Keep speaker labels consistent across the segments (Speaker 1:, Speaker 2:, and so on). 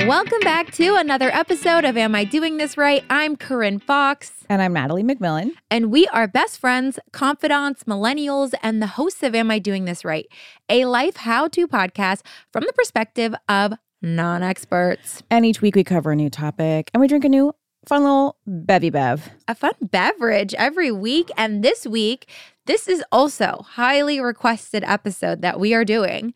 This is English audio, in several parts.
Speaker 1: Welcome back to another episode of Am I Doing This Right? I'm Corinne Fox,
Speaker 2: And I'm Natalie McMillan.
Speaker 1: and we are best friends, confidants, millennials, and the hosts of Am I Doing This Right? A life how to podcast from the perspective of non experts.
Speaker 2: And each week we cover a new topic and we drink a new fun little bevy bev.
Speaker 1: a fun beverage every week. And this week, this is also highly requested episode that we are doing.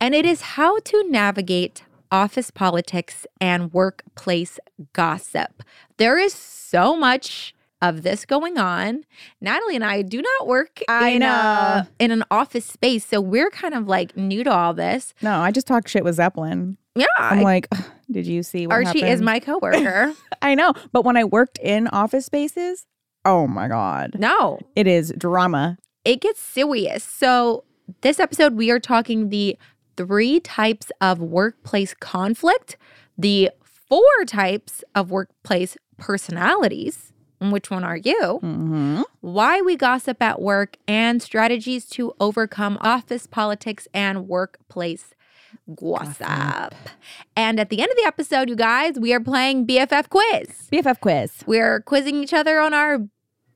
Speaker 1: And it is how to navigate office politics and workplace gossip. There is so much of this going on. Natalie and I do not work
Speaker 2: I
Speaker 1: in, a-
Speaker 2: know.
Speaker 1: in an office space. So we're kind of like new to all this.
Speaker 2: No, I just talked shit with Zeppelin.
Speaker 1: Yeah.
Speaker 2: I'm like, "Ugh, did you see what
Speaker 1: Archie is
Speaker 2: happened?"
Speaker 1: my coworker.
Speaker 2: I know, but when I worked in office spaces, oh my god,
Speaker 1: no,
Speaker 2: it is drama.
Speaker 1: it gets serious. So, this episode, we are talking the three types of workplace conflict, the four types of workplace personalities. and Which one are you?
Speaker 2: Mm-hmm.
Speaker 1: Why we gossip at work and strategies to overcome office politics and workplace gossip.
Speaker 2: Gossip.
Speaker 1: And at the end of the episode, you guys, we are playing BFF quiz.
Speaker 2: BFF quiz
Speaker 1: We're quizzing each other on our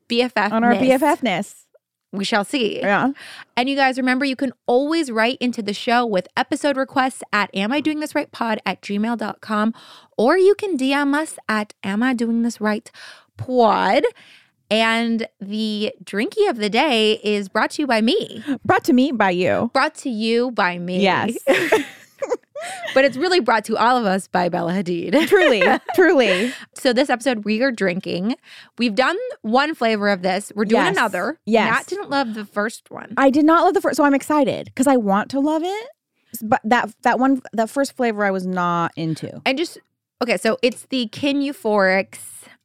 Speaker 1: BFF.
Speaker 2: on our BFFness.
Speaker 1: We shall see.
Speaker 2: Yeah,
Speaker 1: And you guys remember you can always write into the show with episode requests at am I doing this right pod at gmail.com or you can DM us at am I doing this right pod. And the drinky of the day is brought to you by me.
Speaker 2: brought to me by you.
Speaker 1: Brought to you by me.
Speaker 2: Yes,
Speaker 1: but it's really brought to all of us by Bella Hadid.
Speaker 2: truly, truly.
Speaker 1: So this episode we are drinking. We've done one flavor of this. We're doing
Speaker 2: Yes.
Speaker 1: another.
Speaker 2: Yes.
Speaker 1: Nat didn't love the first one.
Speaker 2: I did not love the first, so I'm excited because I want to love it. But that that one, that first flavor, I was not into.
Speaker 1: And just okay, so it's the Kin Euphorics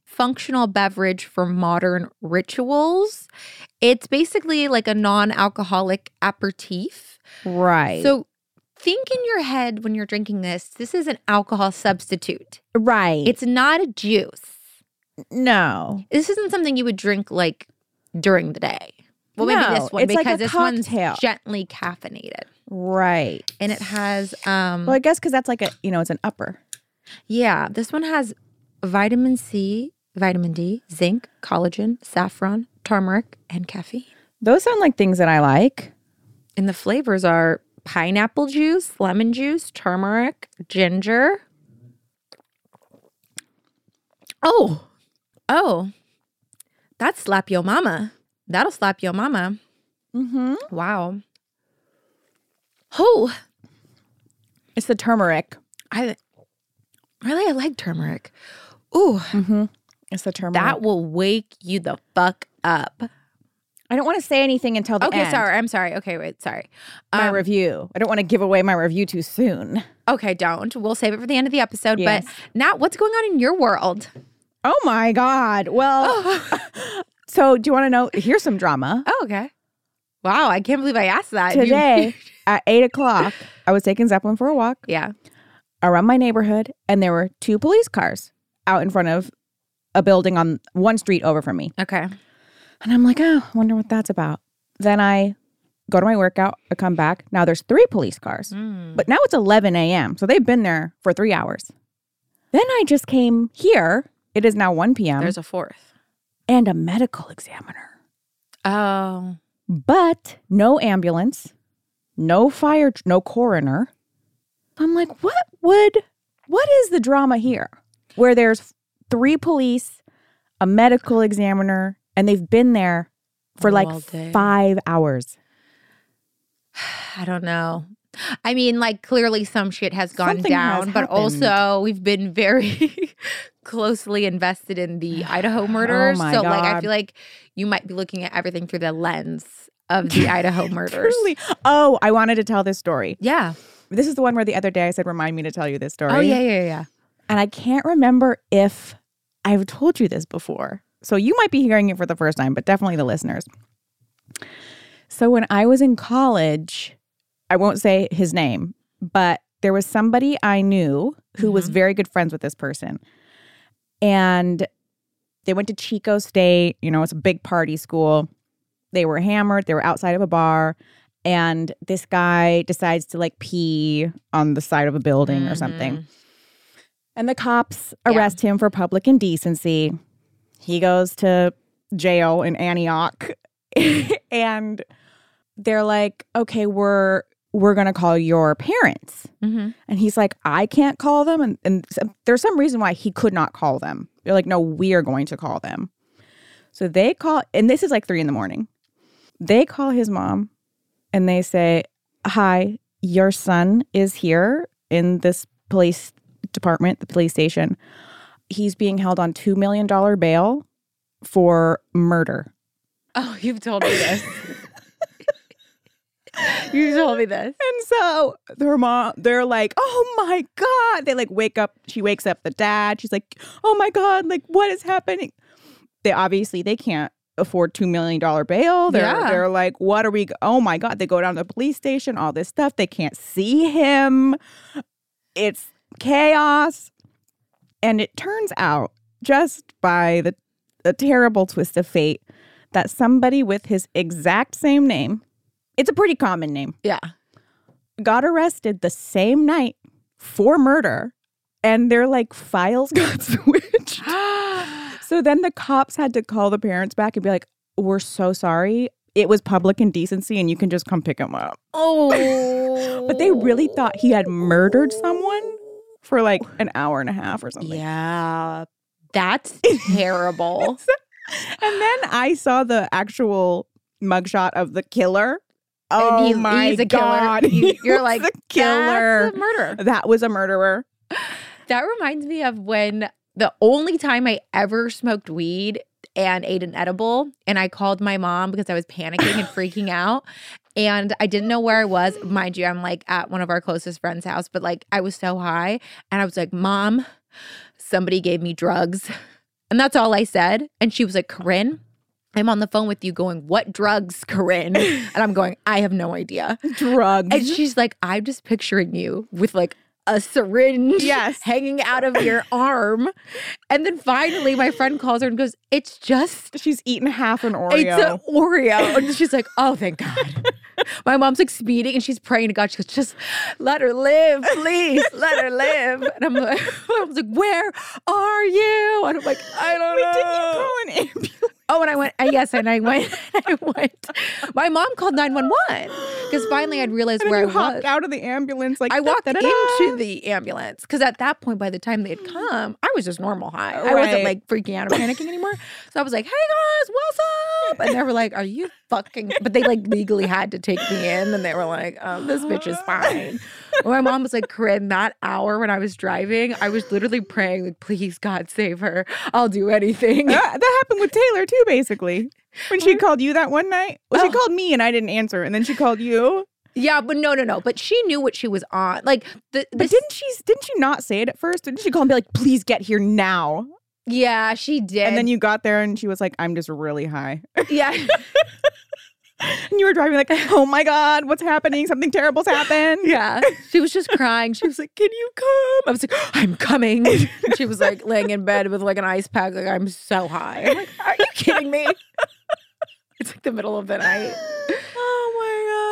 Speaker 1: functional beverage for modern rituals. It's basically like a non-alcoholic aperitif.
Speaker 2: Right. So
Speaker 1: So think in your head when you're drinking this, this is an alcohol substitute.
Speaker 2: right.
Speaker 1: It's not a juice.
Speaker 2: no.
Speaker 1: This isn't something you would drink like during the day. Well, maybe
Speaker 2: No,
Speaker 1: this one
Speaker 2: it's like
Speaker 1: because
Speaker 2: a
Speaker 1: this
Speaker 2: cocktail.
Speaker 1: one's gently caffeinated.
Speaker 2: Right.
Speaker 1: And it has um
Speaker 2: Well, I guess because that's like a you know it's an upper.
Speaker 1: Yeah, this one has vitamin C, vitamin D, zinc, collagen, saffron, turmeric, and caffeine.
Speaker 2: Those sound like things that I like.
Speaker 1: And the flavors are pineapple juice, lemon juice, turmeric, ginger. Oh, oh, that slap your mama. That'll slap your mama.
Speaker 2: Mm-hmm.
Speaker 1: Wow. Oh,
Speaker 2: It's the turmeric.
Speaker 1: I really I like turmeric. Ooh,
Speaker 2: Mm-hmm. It's the turmeric.
Speaker 1: that will wake you the fuck up.
Speaker 2: I don't want to say anything until the
Speaker 1: Okay,
Speaker 2: end.
Speaker 1: sorry. I'm sorry. Okay, wait, sorry.
Speaker 2: My
Speaker 1: Um,
Speaker 2: review. I don't want to give away my review too soon.
Speaker 1: okay, don't. We'll save it for the end of the episode.
Speaker 2: Yes.
Speaker 1: But Nat, what's going on in your world?
Speaker 2: Oh my God. Well,
Speaker 1: Oh,
Speaker 2: so do you want to know? Here's some drama.
Speaker 1: okay. Wow, I can't believe I asked that. You-
Speaker 2: Today at eight o'clock, I was taking Zeppelin for a walk
Speaker 1: yeah.
Speaker 2: around my neighborhood, and there were two police cars out in front of a building on one street over from me.
Speaker 1: Okay.
Speaker 2: And I'm like, oh, I wonder what that's about. Then I go to my workout, I come back. Now there's three police cars,
Speaker 1: Mm.
Speaker 2: but now it's 11 a.m. So they've been there for three hours. Then I just came here. It is now 1 p.m.
Speaker 1: There's a fourth.
Speaker 2: and a medical examiner,
Speaker 1: Oh.
Speaker 2: but no ambulance, no fire, tr- no coroner. I'm like, what would, what is the drama here? Where there's three police, a medical examiner, and they've been there for like
Speaker 1: All day.
Speaker 2: five hours.
Speaker 1: I don't know. I mean, like clearly some shit has gone
Speaker 2: Something has
Speaker 1: down, but
Speaker 2: happened.
Speaker 1: also we've been very closely invested in the Idaho murders.
Speaker 2: Oh my
Speaker 1: so like I
Speaker 2: God.
Speaker 1: feel like you might be looking at everything through the lens of the Idaho murders.
Speaker 2: Truly. Oh, I wanted to tell this story.
Speaker 1: Yeah.
Speaker 2: This is the one where the other day I said, remind me to tell you this story.
Speaker 1: Oh yeah, yeah, yeah.
Speaker 2: And I can't remember if I've told you this before. So you might be hearing it for the first time, but definitely the listeners. So when I was in college, I won't say his name, but there was somebody I knew who was
Speaker 1: Mhm.
Speaker 2: very good friends with this person. And they went to Chico State, you know, it's a big party school. They were hammered, they were outside of a bar, and
Speaker 1: Mm-hmm.
Speaker 2: this guy decides to like pee on the side of a building or something. And the cops
Speaker 1: Yeah.
Speaker 2: arrest him for public indecency. He goes to jail in Antioch and they're like, "Okay, we're we're going to call your parents."
Speaker 1: Mm-hmm.
Speaker 2: And he's like, "I can't call them." And and so- there's some reason why he could not call them. They're like, "No, we are going to call them." So they call and this is like 3 in the morning. They call his mom and they say, "Hi, your son is here in this police department, the police station. He's being held on $2 million bail for murder.
Speaker 1: Oh, you've told me this. you told me this.
Speaker 2: And so their mom, they're like, oh my God. They like wake up, she wakes up the dad. She's like, oh my God, like what is happening? They obviously, they can't afford $2 million bail. They're,
Speaker 1: Yeah.
Speaker 2: they're like, what are we, g- oh my God. They go down to the police station, all this stuff. They can't see him. It's chaos. And it turns out, just by the, the terrible twist of fate, that somebody with his exact same name, it's a pretty common name
Speaker 1: Yeah.
Speaker 2: got arrested the same night for murder and their like files got switched. So then the cops had to call the parents back and be like, "We're so sorry. It was public indecency and you can just come pick him up."
Speaker 1: oh.
Speaker 2: But they really thought he had murdered someone for like an hour and a half or something.
Speaker 1: Yeah. That's terrible.
Speaker 2: And then I saw the actual mugshot of the killer. Oh
Speaker 1: and he,
Speaker 2: my
Speaker 1: he's a
Speaker 2: god.
Speaker 1: killer. You,
Speaker 2: He
Speaker 1: you're
Speaker 2: was
Speaker 1: like,
Speaker 2: a killer.
Speaker 1: That's a murderer.
Speaker 2: That was a murderer.
Speaker 1: That reminds me of when the only time I ever smoked weed and ate an edible, and I called my mom because I was panicking and freaking out. And I didn't know where I was. Mind you, I'm like at one of our closest friends' house, but like I was so high. And I was like, Mom, somebody gave me drugs. And that's all I said. And she was like, Corinne, I'm on the phone with you going, What drugs, Corinne? And I'm going, I have no idea.
Speaker 2: Drugs.
Speaker 1: And she's like, I'm just picturing you with like a syringe
Speaker 2: Yes.
Speaker 1: hanging out of your arm. And then finally, my friend calls her and goes, It's just,
Speaker 2: She's eaten half an Oreo.
Speaker 1: it's an Oreo. And she's like, Oh, thank God. my mom's like speeding and she's praying to God. She goes, Just let her live, please. Let her live. And I'm like, I was like, Where are you? And I'm like, I don't
Speaker 2: Wait,
Speaker 1: know.
Speaker 2: didn't you call an ambulance?
Speaker 1: Oh, and I went, uh, yes, and I went, I went. My mom called 911 because finally I'd realized
Speaker 2: And
Speaker 1: where
Speaker 2: you
Speaker 1: I
Speaker 2: hopped
Speaker 1: was.
Speaker 2: out of the ambulance like
Speaker 1: I walked
Speaker 2: da-da-da-da.
Speaker 1: into the ambulance because at that point, by the time they had come, I was just normal high. I wasn't
Speaker 2: Mm. Right.
Speaker 1: like freaking out or panicking anymore. So I was like, "Hey guys, what's up?" And they were like, "Are you fucking?" But they like legally had to take me in, and they were like, oh, "This bitch is fine." Well, my mom was like, "Corinne, that hour when I was driving, I was literally praying, like, please God save her. I'll do anything."
Speaker 2: Yeah, that happened with Taylor too, basically. When she called you that one night, well,
Speaker 1: Oh.
Speaker 2: she called me and I didn't answer, and then she called you.
Speaker 1: yeah, but no, no, no. But she knew what she was on. Like the,
Speaker 2: But
Speaker 1: this,
Speaker 2: didn't she? Didn't you not say it at first? Didn't she call and be like, "Please get here now"?
Speaker 1: yeah, she did.
Speaker 2: And, then you got there, and she was like, "I'm just really high,"
Speaker 1: yeah.
Speaker 2: and you were driving like, "Oh my god, what's happening? Something terrible's happened."
Speaker 1: Yeah. She was just crying. She was like, Can you come? I was like, I'm coming. And she was like laying in bed with like an ice pack, like, I'm so high. I'm like, Are you kidding me? It's like the middle of the night.
Speaker 2: Oh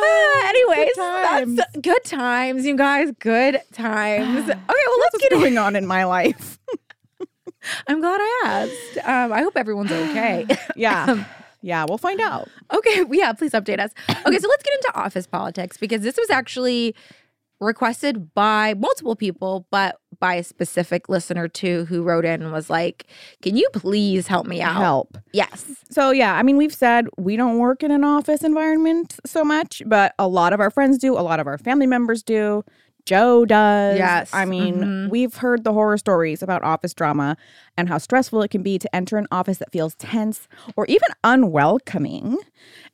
Speaker 1: Ah, anyways,
Speaker 2: times.
Speaker 1: that's good times, you guys. Good times. Okay, well, let's
Speaker 2: What's
Speaker 1: get
Speaker 2: going on in my life?
Speaker 1: I'm glad I asked. Um, I hope everyone's okay. Um,
Speaker 2: Yeah, yeah, we'll find out.
Speaker 1: Okay, yeah, please update us. Okay, so let's get into office politics because this was actually requested by multiple people, but by a specific listener too who wrote in and was like, Can you please help me out?
Speaker 2: Help.
Speaker 1: Yes.
Speaker 2: So yeah, I mean, we've said we don't work in an office environment so much, but a lot of our friends do, a lot of our family members do. Joe does.
Speaker 1: Yes,
Speaker 2: I mean,
Speaker 1: mhm.
Speaker 2: we've heard the horror stories about office drama and how stressful it can be to enter an office that feels tense or even unwelcoming.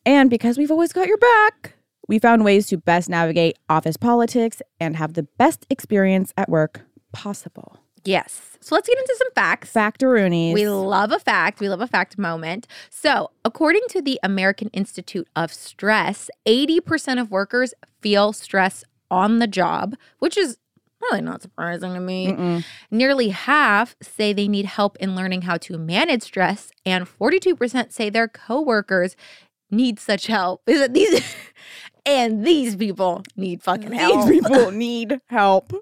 Speaker 2: And because we've always got your back, we found ways to best navigate office politics and have the best experience at work possible.
Speaker 1: Yes. So let's get into some facts.
Speaker 2: Factoroonies.
Speaker 1: We love a fact. We love a fact moment. So, according to the American Institute of Stress, 80% of workers feel stress on the job, which is really not surprising to me.
Speaker 2: Mm-mm.
Speaker 1: Nearly half say they need help in learning how to manage stress, and 42% say their coworkers need such help. Is it these? And these people need fucking
Speaker 2: These
Speaker 1: help.
Speaker 2: people need help.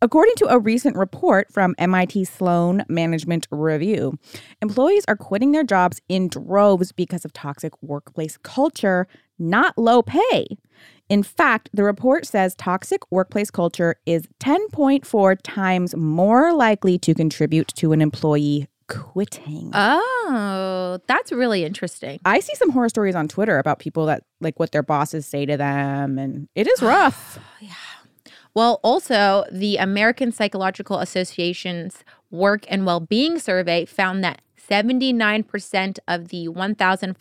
Speaker 2: According to a recent report from MIT Sloan Management Review, employees are quitting their jobs in droves because of toxic workplace culture, not low pay. In fact, the report says toxic workplace culture is 10.4 times more likely to contribute to an employee quitting.
Speaker 1: Uh, Oh, that's really interesting.
Speaker 2: I see some horror stories on Twitter about people that like what their bosses say to them, and it is rough.
Speaker 1: Well, also, the American Psychological Association's Work and Well-Being Survey found that 79% of the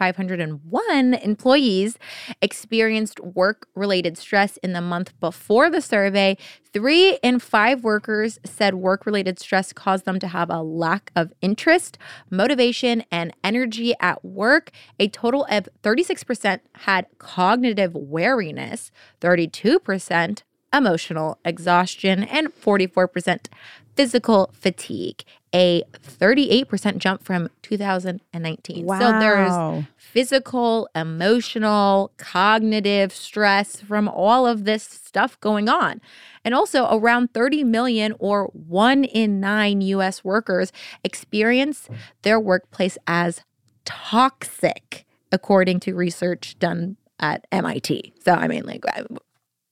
Speaker 1: 1,501 employees experienced work related stress in the month before the survey. Three in five workers said work related stress caused them to have a lack of interest, motivation, and energy at work. A total of 36% had cognitive wariness, 32% emotional exhaustion, and 44% physical fatigue, a 38% jump from 2019. So there's
Speaker 2: Wow.
Speaker 1: physical, emotional, cognitive stress from all of this stuff going on. And also, around 30 million or one in nine US workers experience their workplace as toxic, according to research done at MIT. So, I mean, like, I-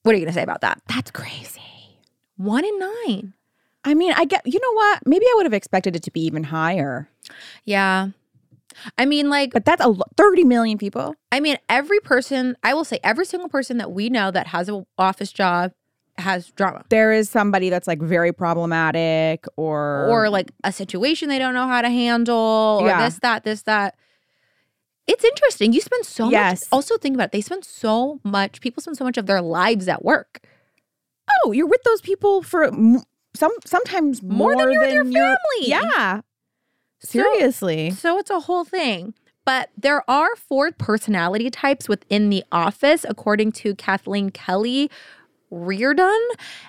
Speaker 1: what are you going to say about that?
Speaker 2: that's crazy.
Speaker 1: One in nine.
Speaker 2: I mean, I get you know what? Maybe I would have expected it to be even higher,
Speaker 1: Yeah. I mean, like,
Speaker 2: but that's a lo- 30 million people.
Speaker 1: I mean, every person, I will say, every single person that we know that has an office job has drama
Speaker 2: There is somebody that's like very problematic, or
Speaker 1: or like a situation they don't know how to handle or
Speaker 2: Yeah.
Speaker 1: this, that, this, that. It's interesting. You spend so
Speaker 2: Yes.
Speaker 1: much. Also, think about it. They spend so much, people spend so much of their lives at work.
Speaker 2: oh, you're with those people for m- some sometimes more,
Speaker 1: More than you're with your family.
Speaker 2: yeah,
Speaker 1: So-
Speaker 2: seriously.
Speaker 1: So it's a whole thing. But there are four personality types within the office, according to Kathleen Kelly Reardon,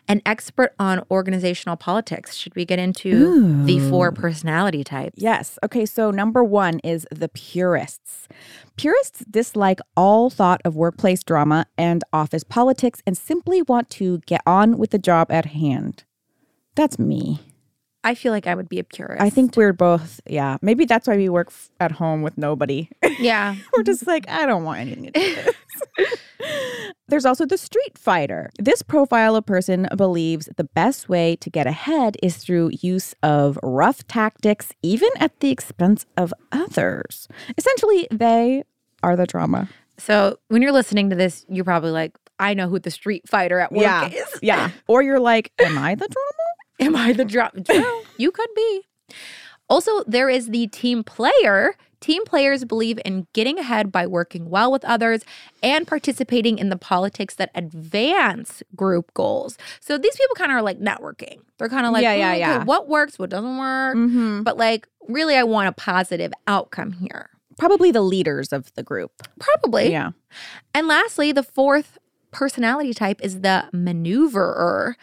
Speaker 1: an expert on organizational politics. Should we get into the four personality types?
Speaker 2: Yes. Okay. So number one is the purists. Purists dislike all thought of workplace drama and office politics and simply want to get on with the job at hand. That's me.
Speaker 1: I feel like I would be a purist.
Speaker 2: I think we're both, yeah. Maybe that's why we work f- at home with nobody.
Speaker 1: yeah.
Speaker 2: we're just like, I don't want anything to do with this. There's also the street fighter. This profile of person believes the best way to get ahead is through use of rough tactics, even at the expense of others. Essentially, they are the drama.
Speaker 1: So when you're listening to this, you're probably like, I know who the street fighter at work
Speaker 2: Yeah.
Speaker 1: is.
Speaker 2: Yeah. Or you're like, am I the drama?
Speaker 1: Am I the drop? Well, you could be. Also, there is the team player. Team players believe in getting ahead by working well with others and participating in the politics that advance group goals. So these people kind of are like networking. They're kind of like,
Speaker 2: Yeah, yeah,
Speaker 1: "Mm, okay,
Speaker 2: yeah.
Speaker 1: what works, what doesn't work.
Speaker 2: Mm-hmm.
Speaker 1: But like, really, I want a positive outcome here.
Speaker 2: Probably the leaders of the group.
Speaker 1: Probably.
Speaker 2: Yeah.
Speaker 1: And lastly, the fourth personality type is the maneuverer.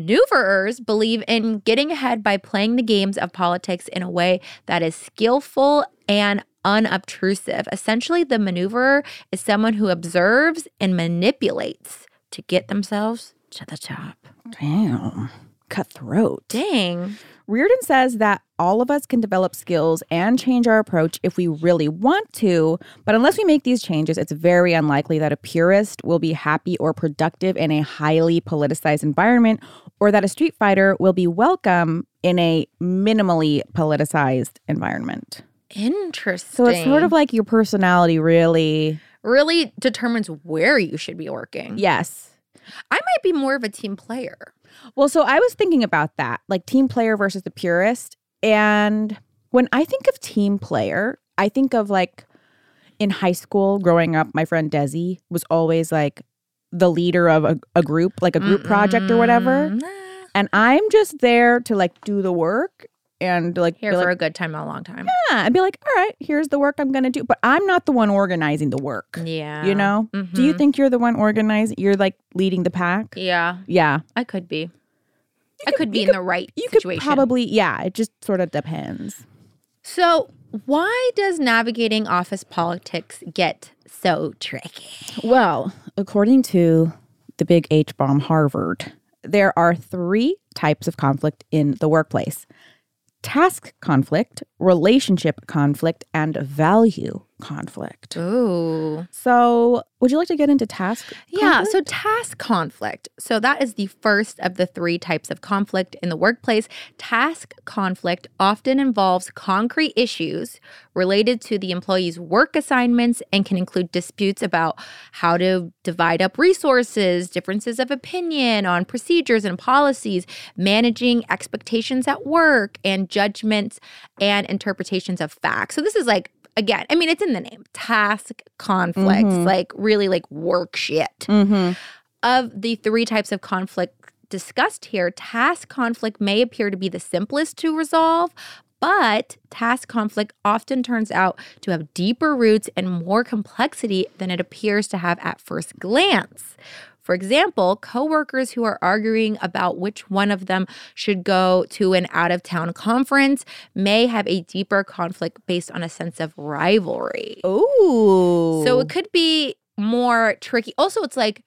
Speaker 1: Maneuverers believe in getting ahead by playing the games of politics in a way that is skillful and unobtrusive. Essentially, the maneuverer is someone who observes and manipulates to get themselves to the top.
Speaker 2: Damn. Cutthroat.
Speaker 1: Dang.
Speaker 2: Reardon says that all of us can develop skills and change our approach if we really want to, but unless we make these changes, it's very unlikely that a purist will be happy or productive in a highly politicized environment, or that a street fighter will be welcome in a minimally politicized environment.
Speaker 1: Interesting.
Speaker 2: So it's sort of like your personality really.
Speaker 1: really determines where you should be working.
Speaker 2: Yes.
Speaker 1: I might be more of a team player.
Speaker 2: Well, so I was thinking about that, like team player versus the purist. And when I think of team player, I think of like in high school growing up, my friend Desi was always like the leader of a, a group, like a group project or whatever.
Speaker 1: Mm, nah.
Speaker 2: And I'm just there to like do the work and like,
Speaker 1: Here
Speaker 2: be
Speaker 1: for
Speaker 2: like
Speaker 1: a good time, not a long time.
Speaker 2: yeah, and be like, all right, here's the work I'm going to do. But I'm not the one organizing the work.
Speaker 1: Yeah.
Speaker 2: You know? Do you
Speaker 1: Mhm.
Speaker 2: think you're the one organizing? You're like leading the pack?
Speaker 1: Yeah,
Speaker 2: Yeah.
Speaker 1: I could be. I could, be
Speaker 2: you
Speaker 1: in the right
Speaker 2: You
Speaker 1: situation.
Speaker 2: could probably, yeah, it just sort of depends.
Speaker 1: so, why does navigating office politics get so tricky?
Speaker 2: Well, according to the big H bomb Harvard, there are three types of conflict in the workplace task conflict, relationship conflict, and value conflict.
Speaker 1: Ooh.
Speaker 2: So, would you like to get into task?
Speaker 1: Yeah,
Speaker 2: conflict?
Speaker 1: so task conflict. So that is the first of the three types of conflict in the workplace. Task conflict often involves concrete issues related to the employee's work assignments and can include disputes about how to divide up resources, differences of opinion on procedures and policies, managing expectations at work, and judgments and interpretations of facts. So this is like again, I mean, it's in the name task conflict,
Speaker 2: Mhm.
Speaker 1: like really like work shit.
Speaker 2: Mhm.
Speaker 1: Of the three types of conflict discussed here, task conflict may appear to be the simplest to resolve. But task conflict often turns out to have deeper roots and more complexity than it appears to have at first glance. For example, coworkers who are arguing about which one of them should go to an out of town conference may have a deeper conflict based on a sense of rivalry.
Speaker 2: Ooh.
Speaker 1: So it could be more tricky. Also, it's like,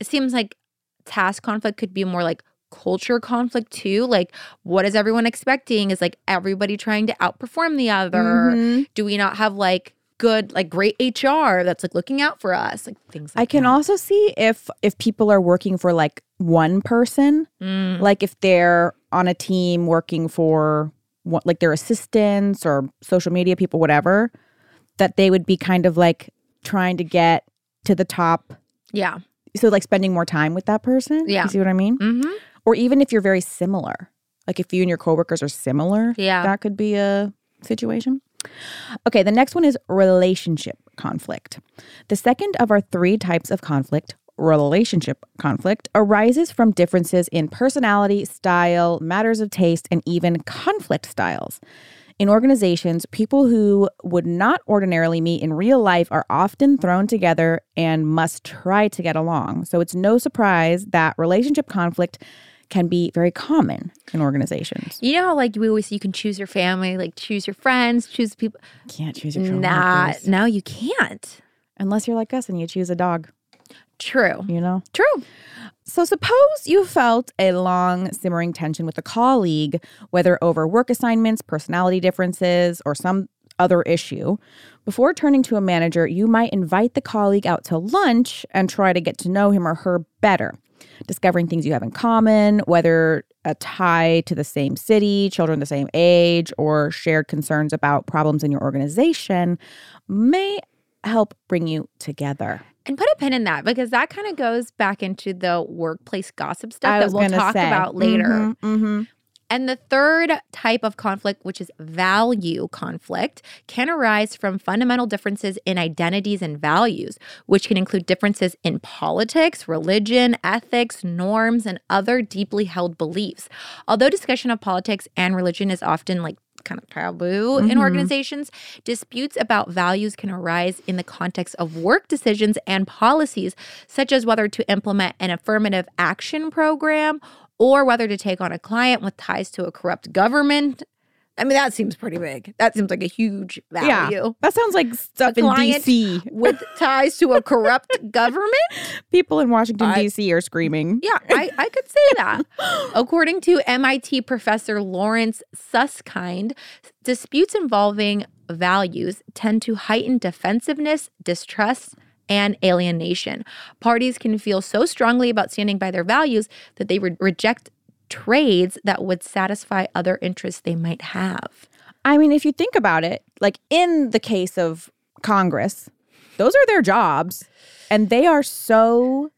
Speaker 1: it seems like task conflict could be more like culture conflict too. Like, what is everyone expecting? Is like everybody trying to outperform the other?
Speaker 2: Mhm.
Speaker 1: Do we not have like good, like great HR that's like looking out for us? Like things like
Speaker 2: I can
Speaker 1: that.
Speaker 2: also see if if people are working for like one person,
Speaker 1: Mm.
Speaker 2: like if they're on a team working for what, like their assistants or social media people, whatever, that they would be kind of like trying to get to the top.
Speaker 1: Yeah.
Speaker 2: So like spending more time with that person.
Speaker 1: Yeah.
Speaker 2: You see what I mean?
Speaker 1: Mm-hmm.
Speaker 2: Or even if you're very similar, like if you and your coworkers are similar,
Speaker 1: Yeah.
Speaker 2: that could be a situation. Okay, the next one is relationship conflict. The second of our three types of conflict, relationship conflict, arises from differences in personality, style, matters of taste, and even conflict styles. In organizations, people who would not ordinarily meet in real life are often thrown together and must try to get along. So it's no surprise that relationship conflict can be very common in organizations.
Speaker 1: You know how like we always say you can choose your family, like choose your friends, choose people.
Speaker 2: Can't choose
Speaker 1: Nah, no, you can't.
Speaker 2: unless you're like us and you choose a dog,
Speaker 1: True.
Speaker 2: you know?
Speaker 1: True.
Speaker 2: So, suppose you felt a long simmering tension with a colleague, whether over work assignments, personality differences, or some other issue. Before turning to a manager, you might invite the colleague out to lunch and try to get to know him or her better, discovering things you have in common, whether a tie to the same city, children the same age, or shared concerns about problems in your organization may help bring you together.
Speaker 1: And put a pin in that because that kind of goes back into the workplace gossip
Speaker 2: I
Speaker 1: stuff that
Speaker 2: was
Speaker 1: we'll
Speaker 2: gonna
Speaker 1: talk
Speaker 2: say.
Speaker 1: about later.
Speaker 2: Mhm, mhm.
Speaker 1: And the third type of conflict, which is value conflict, can arise from fundamental differences in identities and values, which can include differences in politics, religion, ethics, norms, and other deeply held beliefs. Although discussion of politics and religion is often like kind of taboo in
Speaker 2: Mhm.
Speaker 1: organizations, disputes about values can arise in the context of work decisions and policies, such as whether to implement an affirmative action program or whether to take on a client with ties to a corrupt government. I mean, that seems pretty big. That seems like a huge
Speaker 2: Yeah.
Speaker 1: value.
Speaker 2: That sounds like stuff
Speaker 1: A
Speaker 2: in
Speaker 1: client-
Speaker 2: DC.
Speaker 1: With ties to a corrupt government?
Speaker 2: People in Washington
Speaker 1: I-
Speaker 2: DC are screaming.
Speaker 1: Yeah, I, I could say that. According to MIT professor Lawrence Susskind, disputes involving values tend to heighten defensiveness, distrust, and alienation. Parties can feel so strongly about standing by their values that they would reject trades that would satisfy other interests they might have.
Speaker 2: I mean, if you think about it, like in the case of Congress, those are their jobs and they are so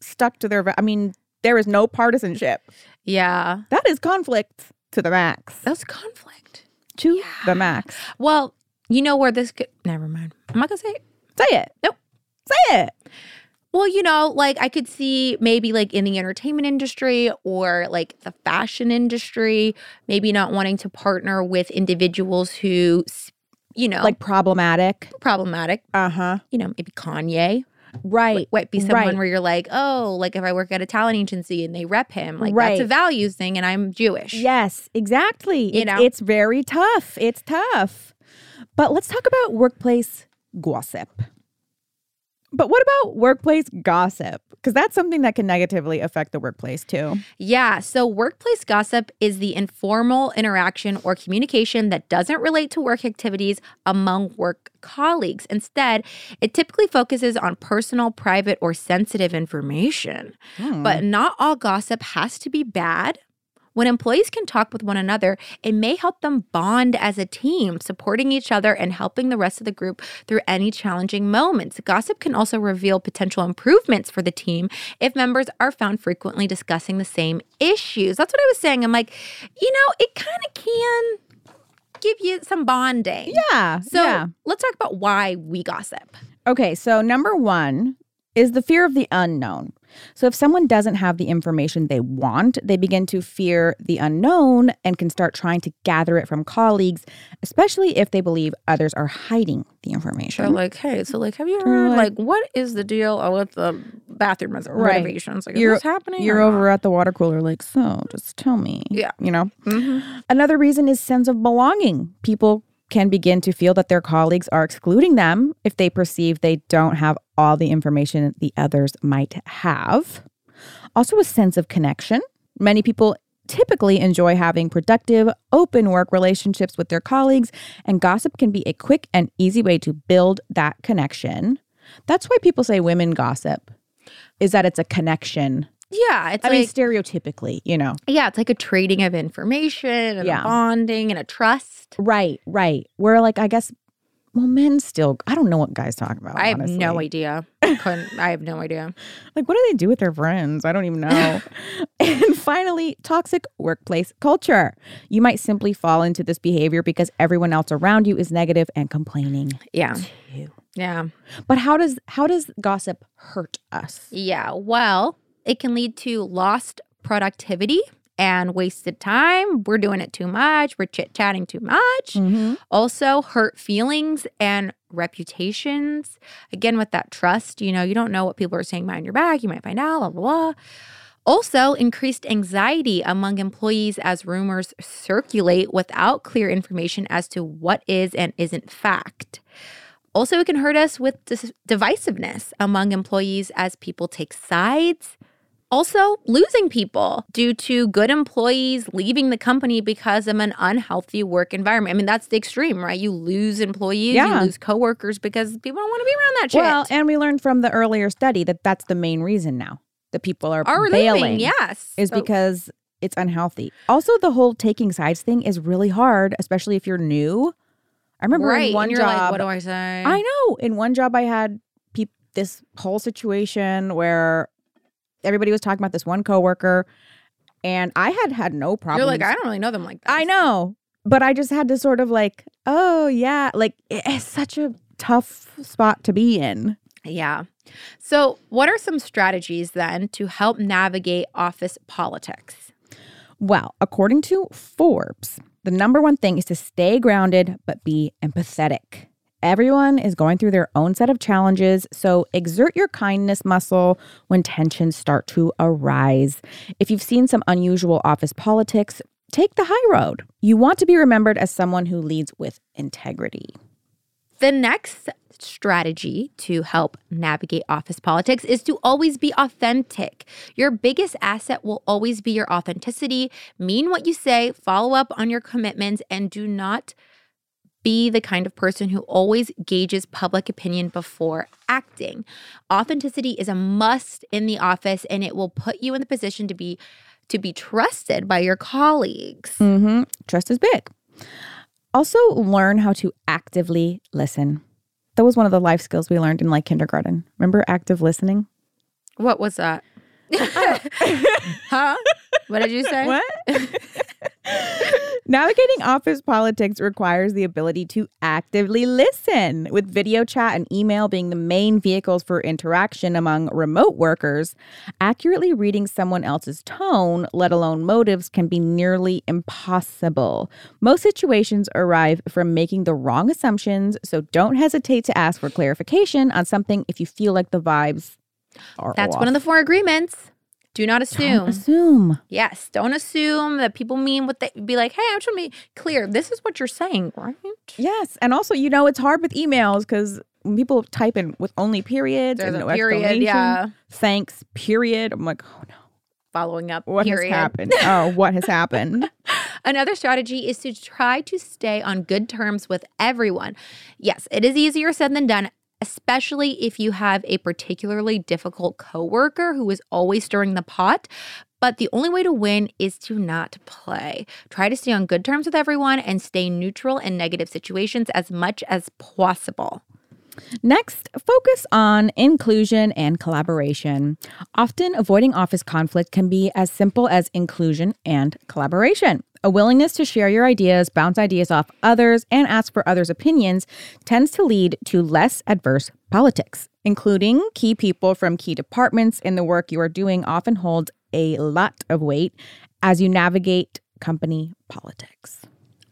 Speaker 2: stuck to their va- I mean, there is no partisanship.
Speaker 1: Yeah,
Speaker 2: That is conflict to the max.
Speaker 1: that's conflict.
Speaker 2: To the max.
Speaker 1: Well, you know where this could. Never mind. I'm not going to say it.
Speaker 2: Say it.
Speaker 1: Nope.
Speaker 2: Say it.
Speaker 1: Well, you know, like I could see maybe like in the entertainment industry or like the fashion industry, maybe not wanting to partner with individuals who, s- you know, like
Speaker 2: Like problematic.
Speaker 1: problematic,
Speaker 2: Uh-huh.
Speaker 1: you know, maybe Kanye
Speaker 2: Right.
Speaker 1: might be someone
Speaker 2: Right.
Speaker 1: where you're like, oh, like if I work at a talent agency and they rep him, like that's a
Speaker 2: Right.
Speaker 1: values thing and I'm Jewish.
Speaker 2: Yes, exactly.
Speaker 1: You
Speaker 2: It's-
Speaker 1: know?
Speaker 2: it's very tough. It's tough. But let's talk about workplace gossip. But what about workplace gossip? Because that's something that can negatively affect the workplace too.
Speaker 1: Yeah, so workplace gossip is the informal interaction or communication that doesn't relate to work activities among work colleagues. Instead, it typically focuses on personal, private, or sensitive information.
Speaker 2: Hmm.
Speaker 1: But not all gossip has to be bad. When employees can talk with one another, it may help them bond as a team, supporting each other and helping the rest of the group through any challenging moments. Gossip can also reveal potential improvements for the team if members are found frequently discussing the same issues. That's what I was saying. I'm like, you know, it kind of can give you some bonding.
Speaker 2: yeah.
Speaker 1: So
Speaker 2: yeah.
Speaker 1: let's talk about why we gossip.
Speaker 2: Okay, so number one is the fear of the unknown. So if someone doesn't have the information they want, they begin to fear the unknown and can start trying to gather it from colleagues, especially if they believe others are hiding the information.
Speaker 3: They're like, hey, so like, have you
Speaker 2: They're
Speaker 3: heard like,
Speaker 2: like-
Speaker 3: what is the deal with the bathroom res-
Speaker 2: Right.
Speaker 3: renovations? Like, is
Speaker 2: You're-
Speaker 3: this happening?
Speaker 2: You're
Speaker 3: or not?"
Speaker 2: over at the water cooler, like, so just tell me.
Speaker 3: Yeah.
Speaker 2: You know?
Speaker 1: mm-hmm.
Speaker 3: Mhm.
Speaker 2: Another reason is sense of belonging. People can begin to feel that their colleagues are excluding them if they perceive they don't have all the information the others might have. Also, a sense of connection. Many people typically enjoy having productive, open work relationships with their colleagues, and gossip can be a quick and easy way to build that connection. That's why people say women gossip, is that it's a connection.
Speaker 1: Yeah, it's
Speaker 2: I
Speaker 1: like
Speaker 2: mean, stereotypically, you know.
Speaker 1: yeah, it's like a trading of information and
Speaker 2: Yeah.
Speaker 1: a bonding and a trust.
Speaker 2: Right, right. Where like I guess well, men still I don't know what guys talk about.
Speaker 1: I have no
Speaker 2: honestly.
Speaker 1: idea. I couldn't. I have no idea.
Speaker 2: Like what do they do with their friends? I don't even know. and finally, toxic workplace culture. You might simply fall into this behavior because everyone else around you is negative and complaining.
Speaker 1: Yeah.
Speaker 2: too.
Speaker 1: Yeah.
Speaker 2: But how does how does gossip hurt us?
Speaker 1: Yeah. Well, it can lead to lost productivity and wasted time. We're doing it too much. We're chit chatting too much.
Speaker 2: Mm-hmm.
Speaker 1: Also, hurt feelings and reputations. Again, with that trust, you know, you don't know what people are saying behind your back. You might find out, blah, blah, blah. Also, increased anxiety among employees as rumors circulate without clear information as to what is and isn't fact. Also, it can hurt us with dis- divisiveness among employees as people take sides. Also, losing people due to good employees leaving the company because of an unhealthy work environment. I mean, that's the extreme, right? You lose employees,
Speaker 2: Yeah.
Speaker 1: you lose coworkers because people don't want to be around that shit.
Speaker 2: Well, and we learned from the earlier study that that's the main reason now that people are,
Speaker 1: are
Speaker 2: bailing.
Speaker 1: leaving, yes.
Speaker 2: is
Speaker 1: So-
Speaker 2: because it's unhealthy. Also, the whole taking sides thing is really hard, especially if you're new. I remember
Speaker 1: right.
Speaker 2: in one
Speaker 1: and you're
Speaker 2: job,
Speaker 1: like, what do I say?
Speaker 2: I know in one job I had peop- this whole situation where everybody was talking about this one coworker, and I had had no problem.
Speaker 3: You're like, I don't really know them like that.
Speaker 2: I know, but I just had to sort of like, oh yeah, like it- it's such a tough spot to be in.
Speaker 1: Yeah. So, what are some strategies then to help navigate office politics?
Speaker 2: Well, according to Forbes, the number one thing is to stay grounded but be empathetic. Everyone is going through their own set of challenges, so exert your kindness muscle when tensions start to arise. If you've seen some unusual office politics, take the high road. You want to be remembered as someone who leads with integrity.
Speaker 1: The next strategy to help navigate office politics is to always be authentic. Your biggest asset will always be your authenticity. Mean what you say, follow up on your commitments, and do not be the kind of person who always gauges public opinion before acting. Authenticity is a must in the office and it will put you in the position to be to be trusted by your colleagues.
Speaker 2: Mm-hmm. Trust is big. Also, learn how to actively listen. That was one of the life skills we learned in like kindergarten. Remember active listening?
Speaker 1: What was that? huh? What did you say?
Speaker 2: Navigating office politics requires the ability to actively listen, with video chat and email being the main vehicles for interaction among remote workers. Accurately reading someone else's tone, let alone motives, can be nearly impossible. Most situations arrive from making the wrong assumptions, so don't hesitate to ask for clarification on something if you feel like the vibes are
Speaker 1: That's one of the four agreements. Do not assume.
Speaker 2: assume.
Speaker 1: yes, don't assume that people mean what they be like, hey, I'm trying to be clear. This is what you're saying, right?
Speaker 2: Yes. And also, you know, it's hard with emails because when people type in with only periods
Speaker 3: There's
Speaker 2: and
Speaker 3: a
Speaker 2: no
Speaker 3: period,
Speaker 2: exclamation,
Speaker 3: yeah.
Speaker 2: thanks, period. I'm like, oh no,
Speaker 3: Following up.
Speaker 2: what
Speaker 1: Period.
Speaker 2: has happened? Oh, what has happened?
Speaker 1: Another strategy is to try to stay on good terms with everyone. Yes, it is easier said than done, especially if you have a particularly difficult coworker who is always stirring the pot. But the only way to win is to not play. Try to stay on good terms with everyone and stay neutral in negative situations as much as possible.
Speaker 2: Next, focus on inclusion and collaboration. Often, avoiding office conflict can be as simple as inclusion and collaboration. A willingness to share your ideas, bounce ideas off others, and ask for others' opinions tends to lead to less adverse politics. Including key people from key departments in the work you are doing often holds a lot of weight as you navigate company politics.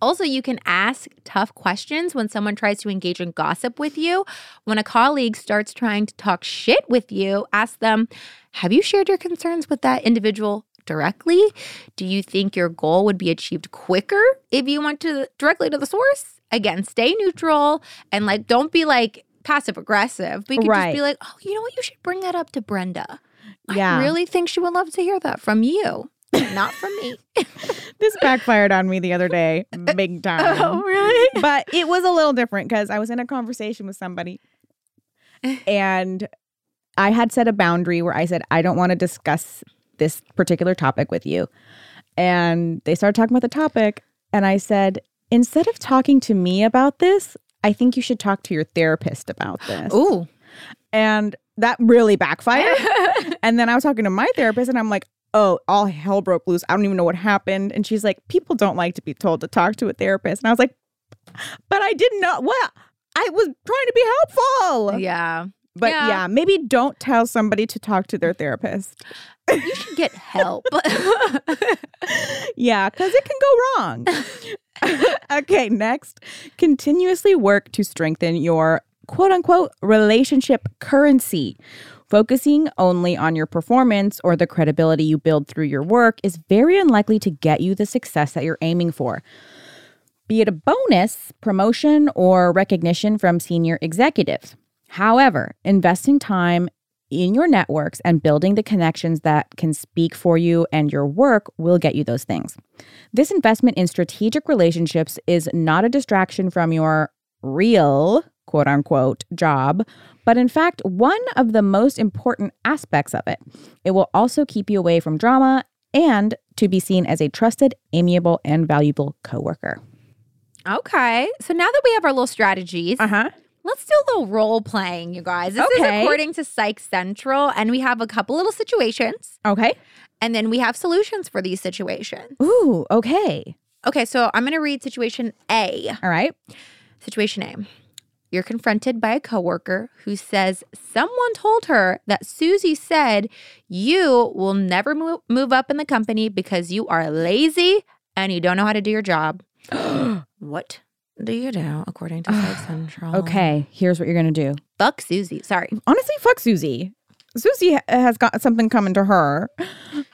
Speaker 1: Also, you can ask tough questions when someone tries to engage in gossip with you. When a colleague starts trying to talk shit with you, ask them, Have you shared your concerns with that individual directly? Do you think your goal would be achieved quicker if you went to directly to the source? Again, stay neutral and like don't be like passive aggressive. But you can just
Speaker 2: Right.
Speaker 1: be like, Oh, you know what? You should bring that up to Brenda.
Speaker 2: Yeah.
Speaker 1: I really think she would love to hear that from you, not from me.
Speaker 2: This backfired on me the other day, big time.
Speaker 1: really?
Speaker 2: but it was a little different because I was in a conversation with somebody and I had set a boundary where I said, I don't want to discuss this particular topic with you. And they started talking about the topic. And I said, instead of talking to me about this, I think you should talk to your therapist about this.
Speaker 1: Ooh.
Speaker 2: And that really backfired. and then I was talking to my therapist and I'm like, oh, all hell broke loose. I don't even know what happened. And she's like, people don't like to be told to talk to a therapist. And I was like, but I didn't know. Well, I was trying to be helpful.
Speaker 1: Yeah.
Speaker 2: But
Speaker 1: Yeah.
Speaker 2: yeah. maybe don't tell somebody to talk to their therapist.
Speaker 1: You should get help.
Speaker 2: Yeah, because it can go wrong. okay, next. Continuously work to strengthen your quote unquote relationship currency. Focusing only on your performance or the credibility you build through your work is very unlikely to get you the success that you're aiming for. Be it a bonus, promotion, or recognition from senior executives. However, investing time in your networks and building the connections that can speak for you and your work will get you those things. This investment in strategic relationships is not a distraction from your real, quote unquote, job, but in fact, one of the most important aspects of it. It will also keep you away from drama and to be seen as a trusted, amiable, and valuable coworker.
Speaker 1: okay. So now that we have our little strategies,
Speaker 2: huh.
Speaker 1: let's do a little role playing, you guys. This is
Speaker 2: Uh-huh. Okay.
Speaker 1: according to Psych Central, and we have a couple little situations,
Speaker 2: Okay.
Speaker 1: and then we have solutions for these situations.
Speaker 2: Ooh, okay.
Speaker 1: Okay, so I'm going to read situation A.
Speaker 2: All right.
Speaker 1: Situation A. You're confronted by a coworker who says someone told her that Susie said you will never move, move up in the company because you are lazy and you don't know how to do your job. what
Speaker 3: Do you do according to South
Speaker 1: Oh.
Speaker 3: Central?
Speaker 2: Okay. Here's what you're going to do.
Speaker 1: Fuck Susie. Sorry.
Speaker 2: honestly, fuck Susie. Susie ha- has got something coming to her.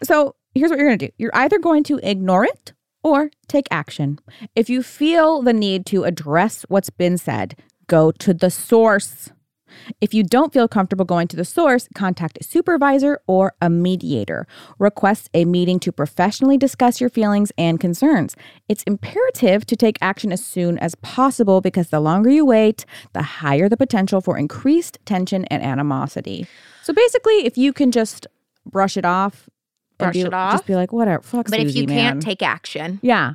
Speaker 2: So here's what you're going to do you're either going to ignore it or take action. If you feel the need to address what's been said, go to the source. If you don't feel comfortable going to the source, contact a supervisor or a mediator. Request a meeting to professionally discuss your feelings and concerns. It's imperative to take action as soon as possible because the longer you wait, the higher the potential for increased tension and animosity. So basically, if you can just brush it off, and
Speaker 3: Brush
Speaker 2: be-
Speaker 3: it off?
Speaker 2: just be like, whatever, fuck
Speaker 1: But if
Speaker 2: Susie,
Speaker 1: you
Speaker 2: man.
Speaker 1: can't take action,
Speaker 2: yeah,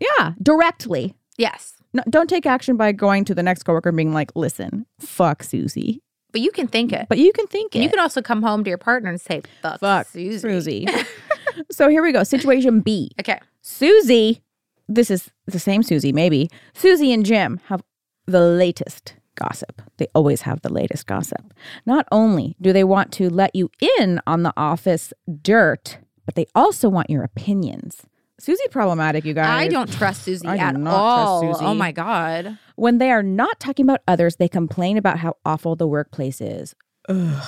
Speaker 2: yeah, directly.
Speaker 1: yes.
Speaker 2: No, don't take action by going to the next coworker and being like, listen, fuck Susie.
Speaker 1: But you can think it.
Speaker 2: But you can think
Speaker 1: and
Speaker 2: it.
Speaker 1: you can also come home to your partner and say, fuck,
Speaker 2: Fuck
Speaker 1: Susie.
Speaker 2: Susie. so here we go. Situation B.
Speaker 1: Okay.
Speaker 2: Susie, this is the same Susie, maybe. Susie and Jim have the latest gossip. They always have the latest gossip. Not only do they want to let you in on the office dirt, but they also want your opinions. Susie's problematic, you guys.
Speaker 1: I don't trust Susie
Speaker 2: I do
Speaker 1: at
Speaker 2: not trust
Speaker 1: all.
Speaker 2: Susie.
Speaker 1: Oh my God.
Speaker 2: When they are not talking about others, they complain about how awful the workplace is. Ugh.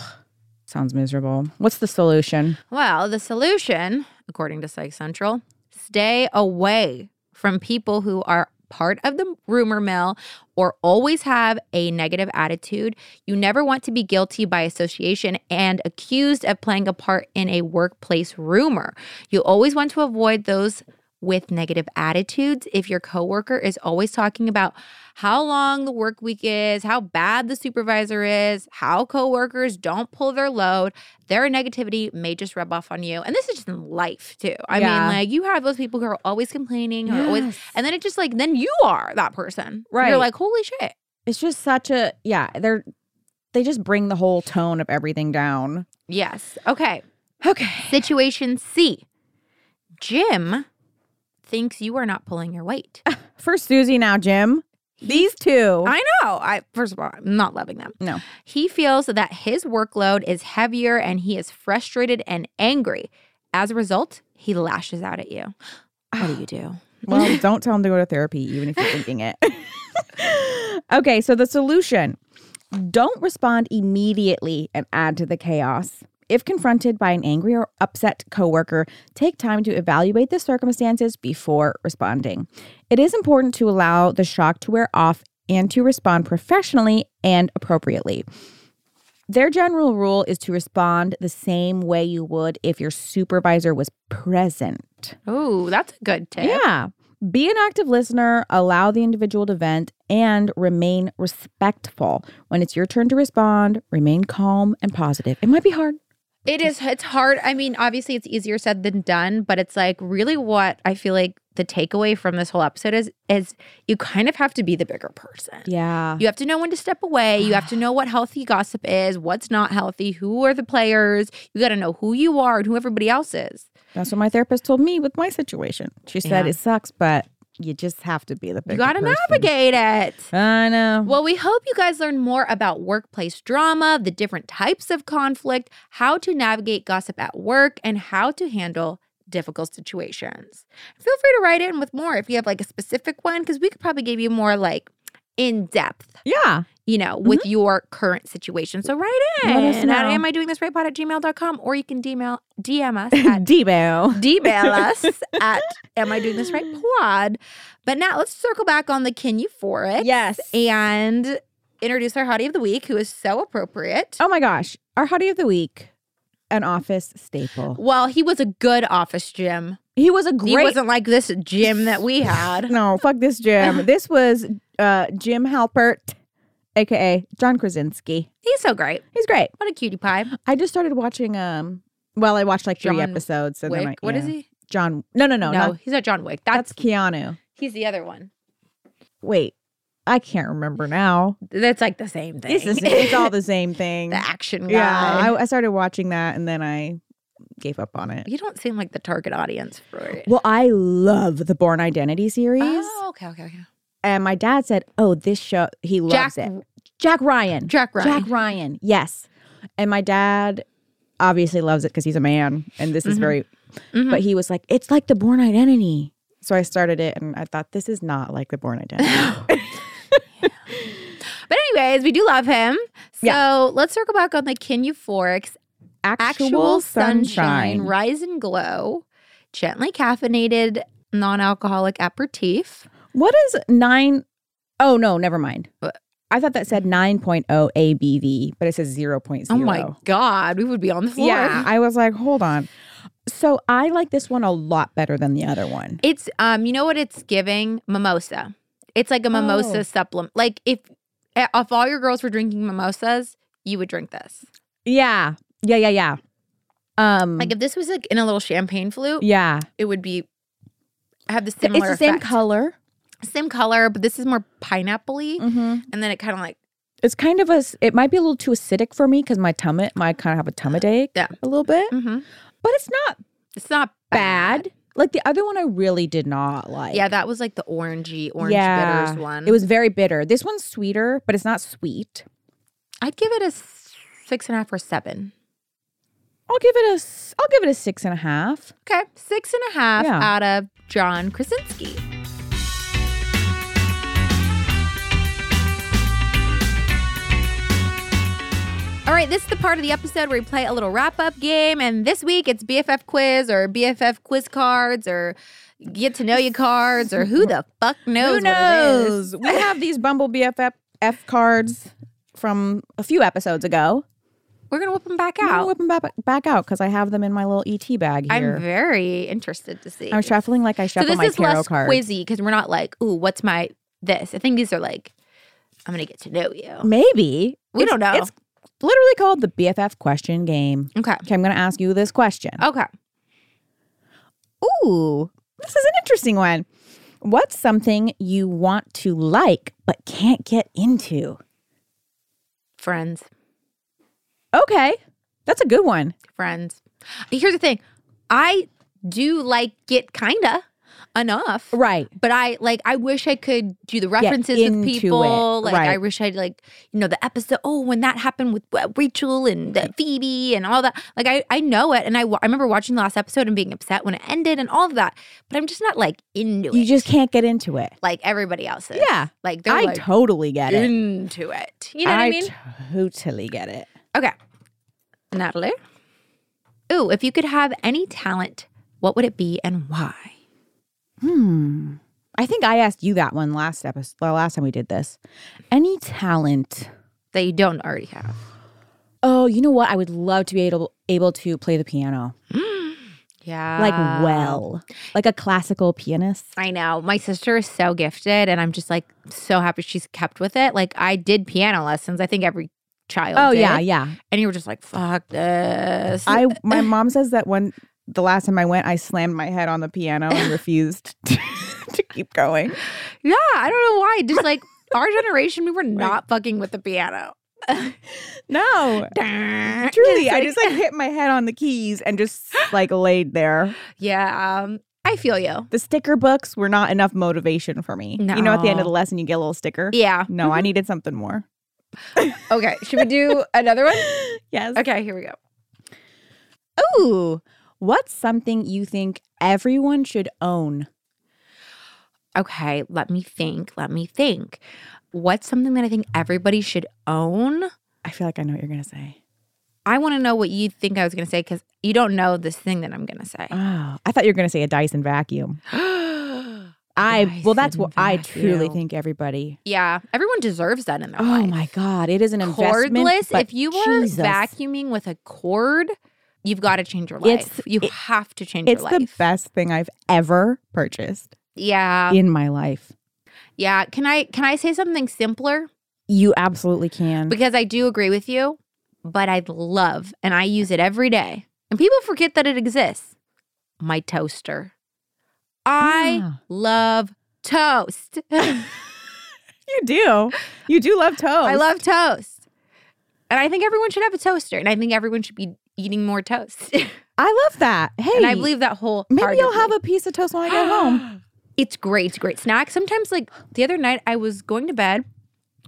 Speaker 2: Sounds miserable. What's the solution?
Speaker 1: Well, the solution, according to Psych Central, stay away from people who are part of the rumor mill or always have a negative attitude. You never want to be guilty by association and accused of playing a part in a workplace rumor. You always want to avoid those with negative attitudes if your coworker is always talking about how long the work week is, how bad the supervisor is, how coworkers don't pull their load, their negativity may just rub off on you. And this is just in life too. I
Speaker 2: Yeah.
Speaker 1: mean, like you have those people who are always complaining, who are always
Speaker 2: Yes.
Speaker 1: and then it just like then you are that person.
Speaker 2: Right.
Speaker 1: You're like, holy shit.
Speaker 2: It's just such a yeah, they're they just bring the whole tone of everything down.
Speaker 1: Yes. Okay.
Speaker 2: Okay.
Speaker 1: Situation C. Jim thinks you are not pulling your weight.
Speaker 2: For Susie now, Jim. These two.
Speaker 1: I know. I first of all, I'm not loving them.
Speaker 2: No.
Speaker 1: He feels that his workload is heavier and he is frustrated and angry. As a result, he lashes out at you. What do you do?
Speaker 2: Well, don't tell him to go to therapy, even if you're thinking it. okay, so the solution don't respond immediately and add to the chaos. If confronted by an angry or upset coworker, take time to evaluate the circumstances before responding. It is important to allow the shock to wear off and to respond professionally and appropriately. Their general rule is to respond the same way you would if your supervisor was present.
Speaker 1: Oh, that's a good tip.
Speaker 2: Yeah. Be an active listener, allow the individual to vent, and remain respectful. When it's your turn to respond, remain calm and positive. It might be hard.
Speaker 1: It is. It's hard. I mean, obviously, it's easier said than done, but it's like really what I feel like the takeaway from this whole episode is is you kind of have to be the bigger person.
Speaker 2: Yeah.
Speaker 1: You have to know when to step away. You have to know what healthy gossip is, what's not healthy, who are the players. You got to know who you are and who everybody else is.
Speaker 2: That's what my therapist told me with my situation. She said
Speaker 1: Yeah.
Speaker 2: it sucks, but you just have to be the bigger
Speaker 1: You got to
Speaker 2: person.
Speaker 1: navigate it.
Speaker 2: I know.
Speaker 1: Well, we hope you guys learned more about workplace drama, the different types of conflict, how to navigate gossip at work, and how to handle difficult situations. Feel free to write in with more if you have like a specific one, because we could probably give you more like in depth,
Speaker 2: yeah.
Speaker 1: you know, with your current situation. So write in.
Speaker 2: Mm-hmm. Let us
Speaker 1: at
Speaker 2: know.
Speaker 1: am I doing this right pod at gmail.com or you can DM, DM us at
Speaker 2: Debo.
Speaker 1: Demail us at am I doing this right pod. But now let's circle back on the can you for it
Speaker 2: Yes.
Speaker 1: and introduce our hottie of the week, who is so appropriate.
Speaker 2: Oh my gosh. Our hottie of the week, an office staple.
Speaker 1: Well, he was a good office gym.
Speaker 2: He was a great
Speaker 1: He wasn't like this gym that we had.
Speaker 2: No, fuck this Jim. this was uh, Jim Halpert, aka John Krasinski.
Speaker 1: He's so great.
Speaker 2: He's great.
Speaker 1: What a cutie pie.
Speaker 2: I just started watching. Um, well, I watched like three
Speaker 1: John
Speaker 2: episodes. And
Speaker 1: Wick.
Speaker 2: then I,
Speaker 1: What is
Speaker 2: yeah.
Speaker 1: he?
Speaker 2: John? No, no, no,
Speaker 1: No,
Speaker 2: no.
Speaker 1: he's not John Wick. That's,
Speaker 2: That's Keanu.
Speaker 1: he's the other one.
Speaker 2: Wait, I can't remember now.
Speaker 1: That's like the same thing.
Speaker 2: It's, the same- it's all the same thing.
Speaker 1: the action guy.
Speaker 2: yeah, I, I started watching that and then I gave up on it.
Speaker 1: you don't seem like the target audience for it.
Speaker 2: Well, I love the Born Identity series,
Speaker 1: Oh, okay, okay, okay.
Speaker 2: and my dad said, "Oh, this show he loves
Speaker 1: Jack,
Speaker 2: it." Jack Ryan.
Speaker 1: Jack Ryan.
Speaker 2: Jack Ryan. Yes. And my dad obviously loves it because he's a man and this is
Speaker 1: Mhm.
Speaker 2: very,
Speaker 1: Mhm.
Speaker 2: but he was like, it's like the born identity. So I started it and I thought, this is not like the born identity.
Speaker 1: But anyways, we do love him. So
Speaker 2: Yeah.
Speaker 1: let's circle back on the Kinuforix Actual, sunshine. Rise and Glow, gently caffeinated non-alcoholic aperitif.
Speaker 2: What is nine oh no, never mind.
Speaker 1: What?
Speaker 2: I thought that said 9.0 ABV, but it says 0.0.
Speaker 1: Oh my god, we would be on the floor.
Speaker 2: Yeah. I was like, hold on. So I like this one a lot better than the other one.
Speaker 1: It's um, you know what it's giving? Mimosa. It's like a mimosa
Speaker 2: Oh.
Speaker 1: supplement. Like if eh, if all your girls were drinking mimosas, you would drink this.
Speaker 2: Yeah. Yeah, yeah, yeah. Um
Speaker 1: Like if this was like in a little champagne flute,
Speaker 2: yeah.
Speaker 1: it would be have the
Speaker 2: Th-
Speaker 1: similar
Speaker 2: it's the same
Speaker 1: effect.
Speaker 2: color.
Speaker 1: same color, but this is more pineapple-y.
Speaker 2: Mm-hmm.
Speaker 1: And then it kind of like
Speaker 2: It's kind of a. s- It might be a little too acidic for me because my tummy, my kind of have a tummy ache
Speaker 1: Yeah.
Speaker 2: a little bit.
Speaker 1: mhm.
Speaker 2: But it's not
Speaker 1: it's not
Speaker 2: bad.
Speaker 1: bad.
Speaker 2: Like the other one, I really did not like.
Speaker 1: Yeah, that was like the orangey orange
Speaker 2: Yeah.
Speaker 1: bitters one.
Speaker 2: it was very bitter. This one's sweeter, but it's not sweet.
Speaker 1: I'd give it a s- six and a half or seven.
Speaker 2: I'll give it a. s- I'll give it a six and a half.
Speaker 1: Okay, six and a half
Speaker 2: Yeah.
Speaker 1: out of John Krasinski. All right, this is the part of the episode where we play a little wrap up game. And this week it's BFF quiz or BFF quiz cards or get to know you cards or who the fuck knows.
Speaker 2: Who knows? we have these Bumble BFF F cards from a few episodes ago.
Speaker 1: We're going to whip them back
Speaker 2: I'm gonna
Speaker 1: out.
Speaker 2: whip them back, back out because I have them in my little ET bag here.
Speaker 1: I'm very interested to see.
Speaker 2: I'm shuffling like I
Speaker 1: so
Speaker 2: shuffle
Speaker 1: this
Speaker 2: my
Speaker 1: is
Speaker 2: tarot
Speaker 1: less
Speaker 2: card.
Speaker 1: quizzy because we're not like, ooh, what's my this? I think these are like, I'm going to get to know you.
Speaker 2: Maybe
Speaker 1: We
Speaker 2: It's-
Speaker 1: don't know.
Speaker 2: It's literally called the BFF question game.
Speaker 1: Okay.
Speaker 2: Okay, I'm going to ask you this question.
Speaker 1: Okay.
Speaker 2: Uh, Ooh, this is an interesting one. What's something you want to like but can't get into?
Speaker 3: Friends.
Speaker 2: Okay, that's a good one.
Speaker 3: Friends.
Speaker 1: Here's the thing I do like get kind of enough.
Speaker 2: Right.
Speaker 1: but I like I wish I could do the references with
Speaker 2: into
Speaker 1: people.
Speaker 2: it,
Speaker 1: Like I
Speaker 2: right.
Speaker 1: wish I'd like you know the episode. Oh, when that happened with uh, Rachel and uh, Phoebe and all that. Like I I know it, and I wa- I remember watching the last episode and being upset when it ended and all of that. But I'm just not like into
Speaker 2: You
Speaker 1: it
Speaker 2: just can't get into it.
Speaker 1: like everybody else is.
Speaker 2: Yeah,
Speaker 1: like they're
Speaker 2: I
Speaker 1: like
Speaker 2: totally get it.
Speaker 1: into it. You know what I mean?
Speaker 2: totally get it.
Speaker 1: okay.
Speaker 3: Natalie.
Speaker 1: Ooh, if you could have any talent, what would it be and why?
Speaker 2: Hmm. I think I asked you that one last episode, well, last time we did this. Any talent?
Speaker 1: That you don't already have.
Speaker 2: Oh, you know what? I would love to be able able to play the piano,
Speaker 1: Yeah.
Speaker 2: like well, like a classical pianist.
Speaker 1: I know. My sister is so gifted, and I'm just like so happy she's kept with it. Like I did piano lessons. I think every child.
Speaker 2: Oh
Speaker 1: did.
Speaker 2: yeah, yeah.
Speaker 1: And you were just like, "Fuck this."
Speaker 2: I my mom says that when the last time I went, I slammed my head on the piano and refused to, to keep going.
Speaker 1: yeah, I don't know why. Just like our generation, we were not fucking with the piano.
Speaker 2: No. Truly, I just like hit my head on the keys and just like laid there.
Speaker 1: yeah. Um, I feel you.
Speaker 2: The sticker books were not enough motivation for me. You know, at the end of the lesson, you get a little sticker.
Speaker 1: Yeah.
Speaker 2: No, I needed something more.
Speaker 1: Okay. Should we do another one?
Speaker 2: Yes.
Speaker 1: Okay. Here we go.
Speaker 2: Ooh, what's something you think everyone should own?
Speaker 1: Okay. Let me think. Let me think. What's something that I think everybody should own?
Speaker 2: I feel like I know what you're gonna say.
Speaker 1: I want to know what you think I was going to say because you don't know this thing that I'm going to say.
Speaker 2: Oh, I thought you were gonna say a Dyson vacuum. Uh, I well, that's
Speaker 1: Dyson
Speaker 2: what I truly
Speaker 1: vacuum.
Speaker 2: think everybody
Speaker 1: yeah, everyone deserves that in their
Speaker 2: Oh
Speaker 1: life.
Speaker 2: my God. It is an investment.
Speaker 1: Cordless.
Speaker 2: but
Speaker 1: If you were
Speaker 2: Jesus,
Speaker 1: vacuuming with a cord, you've got to change your life.
Speaker 2: It's-
Speaker 1: you
Speaker 2: it-
Speaker 1: have to change
Speaker 2: it's
Speaker 1: your
Speaker 2: the
Speaker 1: life.
Speaker 2: best thing I've ever purchased
Speaker 1: yeah,
Speaker 2: in my life.
Speaker 1: yeah. Can I can I say something simpler?
Speaker 2: Mm-hmm. You absolutely can.
Speaker 1: Because I do agree with you, but I love and I use it every day, and people forget that it exists. My toaster. I
Speaker 2: Ah.
Speaker 1: love toast.
Speaker 2: you do. You do love toast.
Speaker 1: I love toast. And I think everyone should have a toaster. And I think everyone should be eating more toast.
Speaker 2: I love that. Hey,
Speaker 1: and I believe that whole
Speaker 2: maybe I'll have a piece of toast when I get home.
Speaker 1: It's great. It's a great snack. Sometimes, like the other night, I was going to bed.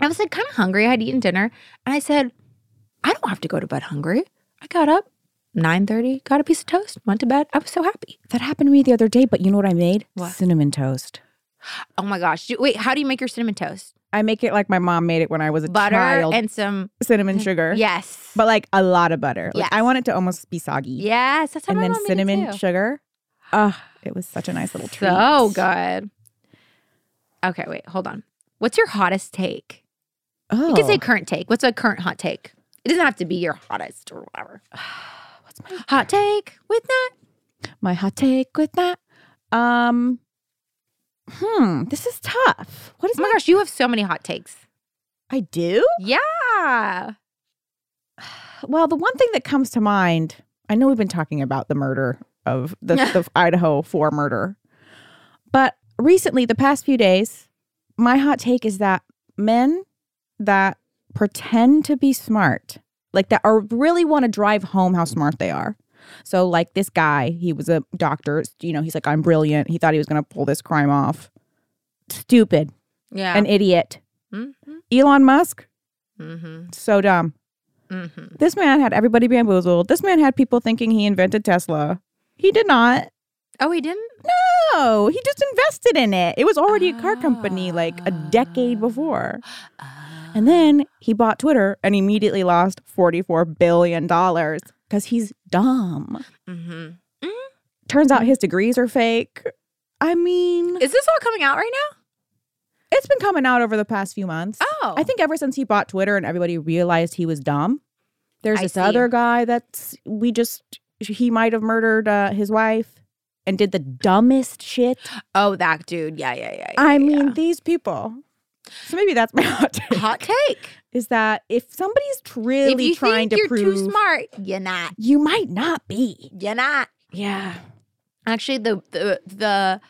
Speaker 1: I was like kind of hungry. I had eaten dinner. And I said, I don't have to go to bed hungry. I got up 9:30, got a piece of toast, went to bed. I was so happy.
Speaker 2: That happened to me the other day, but you know what I made?
Speaker 1: What?
Speaker 2: Cinnamon toast.
Speaker 1: Oh my gosh. Do- Wait, how do you make your cinnamon toast?
Speaker 2: I make it like my mom made it when I was a
Speaker 1: Butter
Speaker 2: child.
Speaker 1: and some
Speaker 2: cinnamon sugar.
Speaker 1: Yes.
Speaker 2: But like a lot of butter. Like
Speaker 1: Yes.
Speaker 2: I want it to almost be soggy.
Speaker 1: yes, that's how
Speaker 2: And
Speaker 1: my
Speaker 2: then
Speaker 1: mom made it
Speaker 2: cinnamon
Speaker 1: too.
Speaker 2: sugar. Ugh, it was such a nice little treat.
Speaker 1: So good. Okay, wait, hold on. What's your hottest take?
Speaker 2: Oh.
Speaker 1: You can say current take. What's a current hot take? It doesn't have to be your hottest or whatever.
Speaker 2: Oh.
Speaker 1: What's my hot take with that?
Speaker 2: my hot take with that. Um, hmm, this is tough. What is
Speaker 1: Oh my gosh, you have so many hot takes.
Speaker 2: I do? Ah.
Speaker 1: Yeah.
Speaker 2: Well, the one thing that comes to mind, I know we've been talking about the murder of the, the Idaho four murder, but recently, the past few days, my hot take is that men that pretend to be smart, like that, or really want to drive home how smart they are. So, like this guy, he was a doctor. You know, he's like, I'm brilliant. He thought he was going to pull this crime off. Stupid.
Speaker 1: Yeah.
Speaker 2: an idiot.
Speaker 1: mm-hmm.
Speaker 2: Elon Musk,
Speaker 1: Mm-hmm.
Speaker 2: so dumb.
Speaker 1: Mm-hmm.
Speaker 2: This man had everybody bamboozled. This man had people thinking he invented Tesla. He did not.
Speaker 1: Oh, he didn't?
Speaker 2: No, he just invested in it. It was already a car company like a decade before. Uh, And then he bought Twitter and immediately lost $44 billion because he's dumb.
Speaker 1: hmm
Speaker 2: Turns out his degrees are fake. I mean,
Speaker 1: Is this all coming out right now?
Speaker 2: it's been coming out over the past few months.
Speaker 1: Oh.
Speaker 2: I think ever since he bought Twitter and everybody realized he was dumb, there's
Speaker 1: I
Speaker 2: this
Speaker 1: see.
Speaker 2: other guy that's we just he might have murdered uh, his wife and did the dumbest shit.
Speaker 1: Oh, that dude. Yeah, yeah, yeah.
Speaker 2: I
Speaker 1: yeah,
Speaker 2: mean,
Speaker 1: yeah.
Speaker 2: these people. So maybe that's my hot take.
Speaker 1: hot take.
Speaker 2: Is that if somebody's really
Speaker 1: if you think
Speaker 2: trying to
Speaker 1: you're
Speaker 2: prove
Speaker 1: too smart, you're not.
Speaker 2: you might not be.
Speaker 1: You're not.
Speaker 2: Yeah.
Speaker 1: Actually, the the the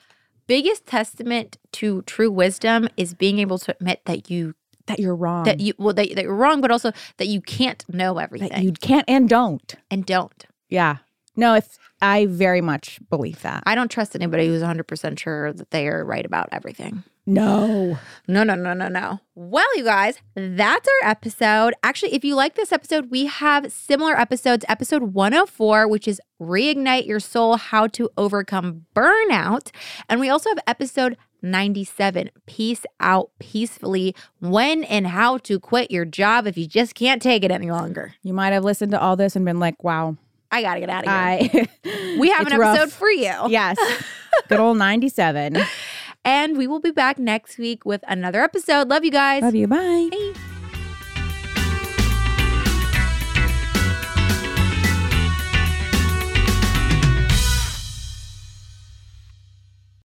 Speaker 1: biggest testament to true wisdom is being able to admit that you
Speaker 2: That you're wrong.
Speaker 1: that you well that, that you're wrong, but also that you can't know everything
Speaker 2: that you can't and don't.
Speaker 1: and don't.
Speaker 2: Yeah. No, if I very much believe that.
Speaker 1: I don't trust anybody who's 100 percent sure that they are right about everything.
Speaker 2: No.
Speaker 1: No, no, no, no, no. Well, you guys, that's our episode. Actually, if you like this episode, we have similar episodes. Episode 104, which is Reignite Your Soul How to Overcome Burnout. And we also have episode 97, Peace Out Peacefully When and How to Quit Your Job If You Just Can't Take It Any Longer.
Speaker 2: You might have listened to all this and been like, wow,
Speaker 1: I got to get out of here.
Speaker 2: I
Speaker 1: we have
Speaker 2: it's
Speaker 1: an
Speaker 2: rough.
Speaker 1: episode for you.
Speaker 2: Yes. Good old 97.
Speaker 1: And we will be back next week with another episode. Love you guys.
Speaker 2: Love you. Bye.
Speaker 1: Bye.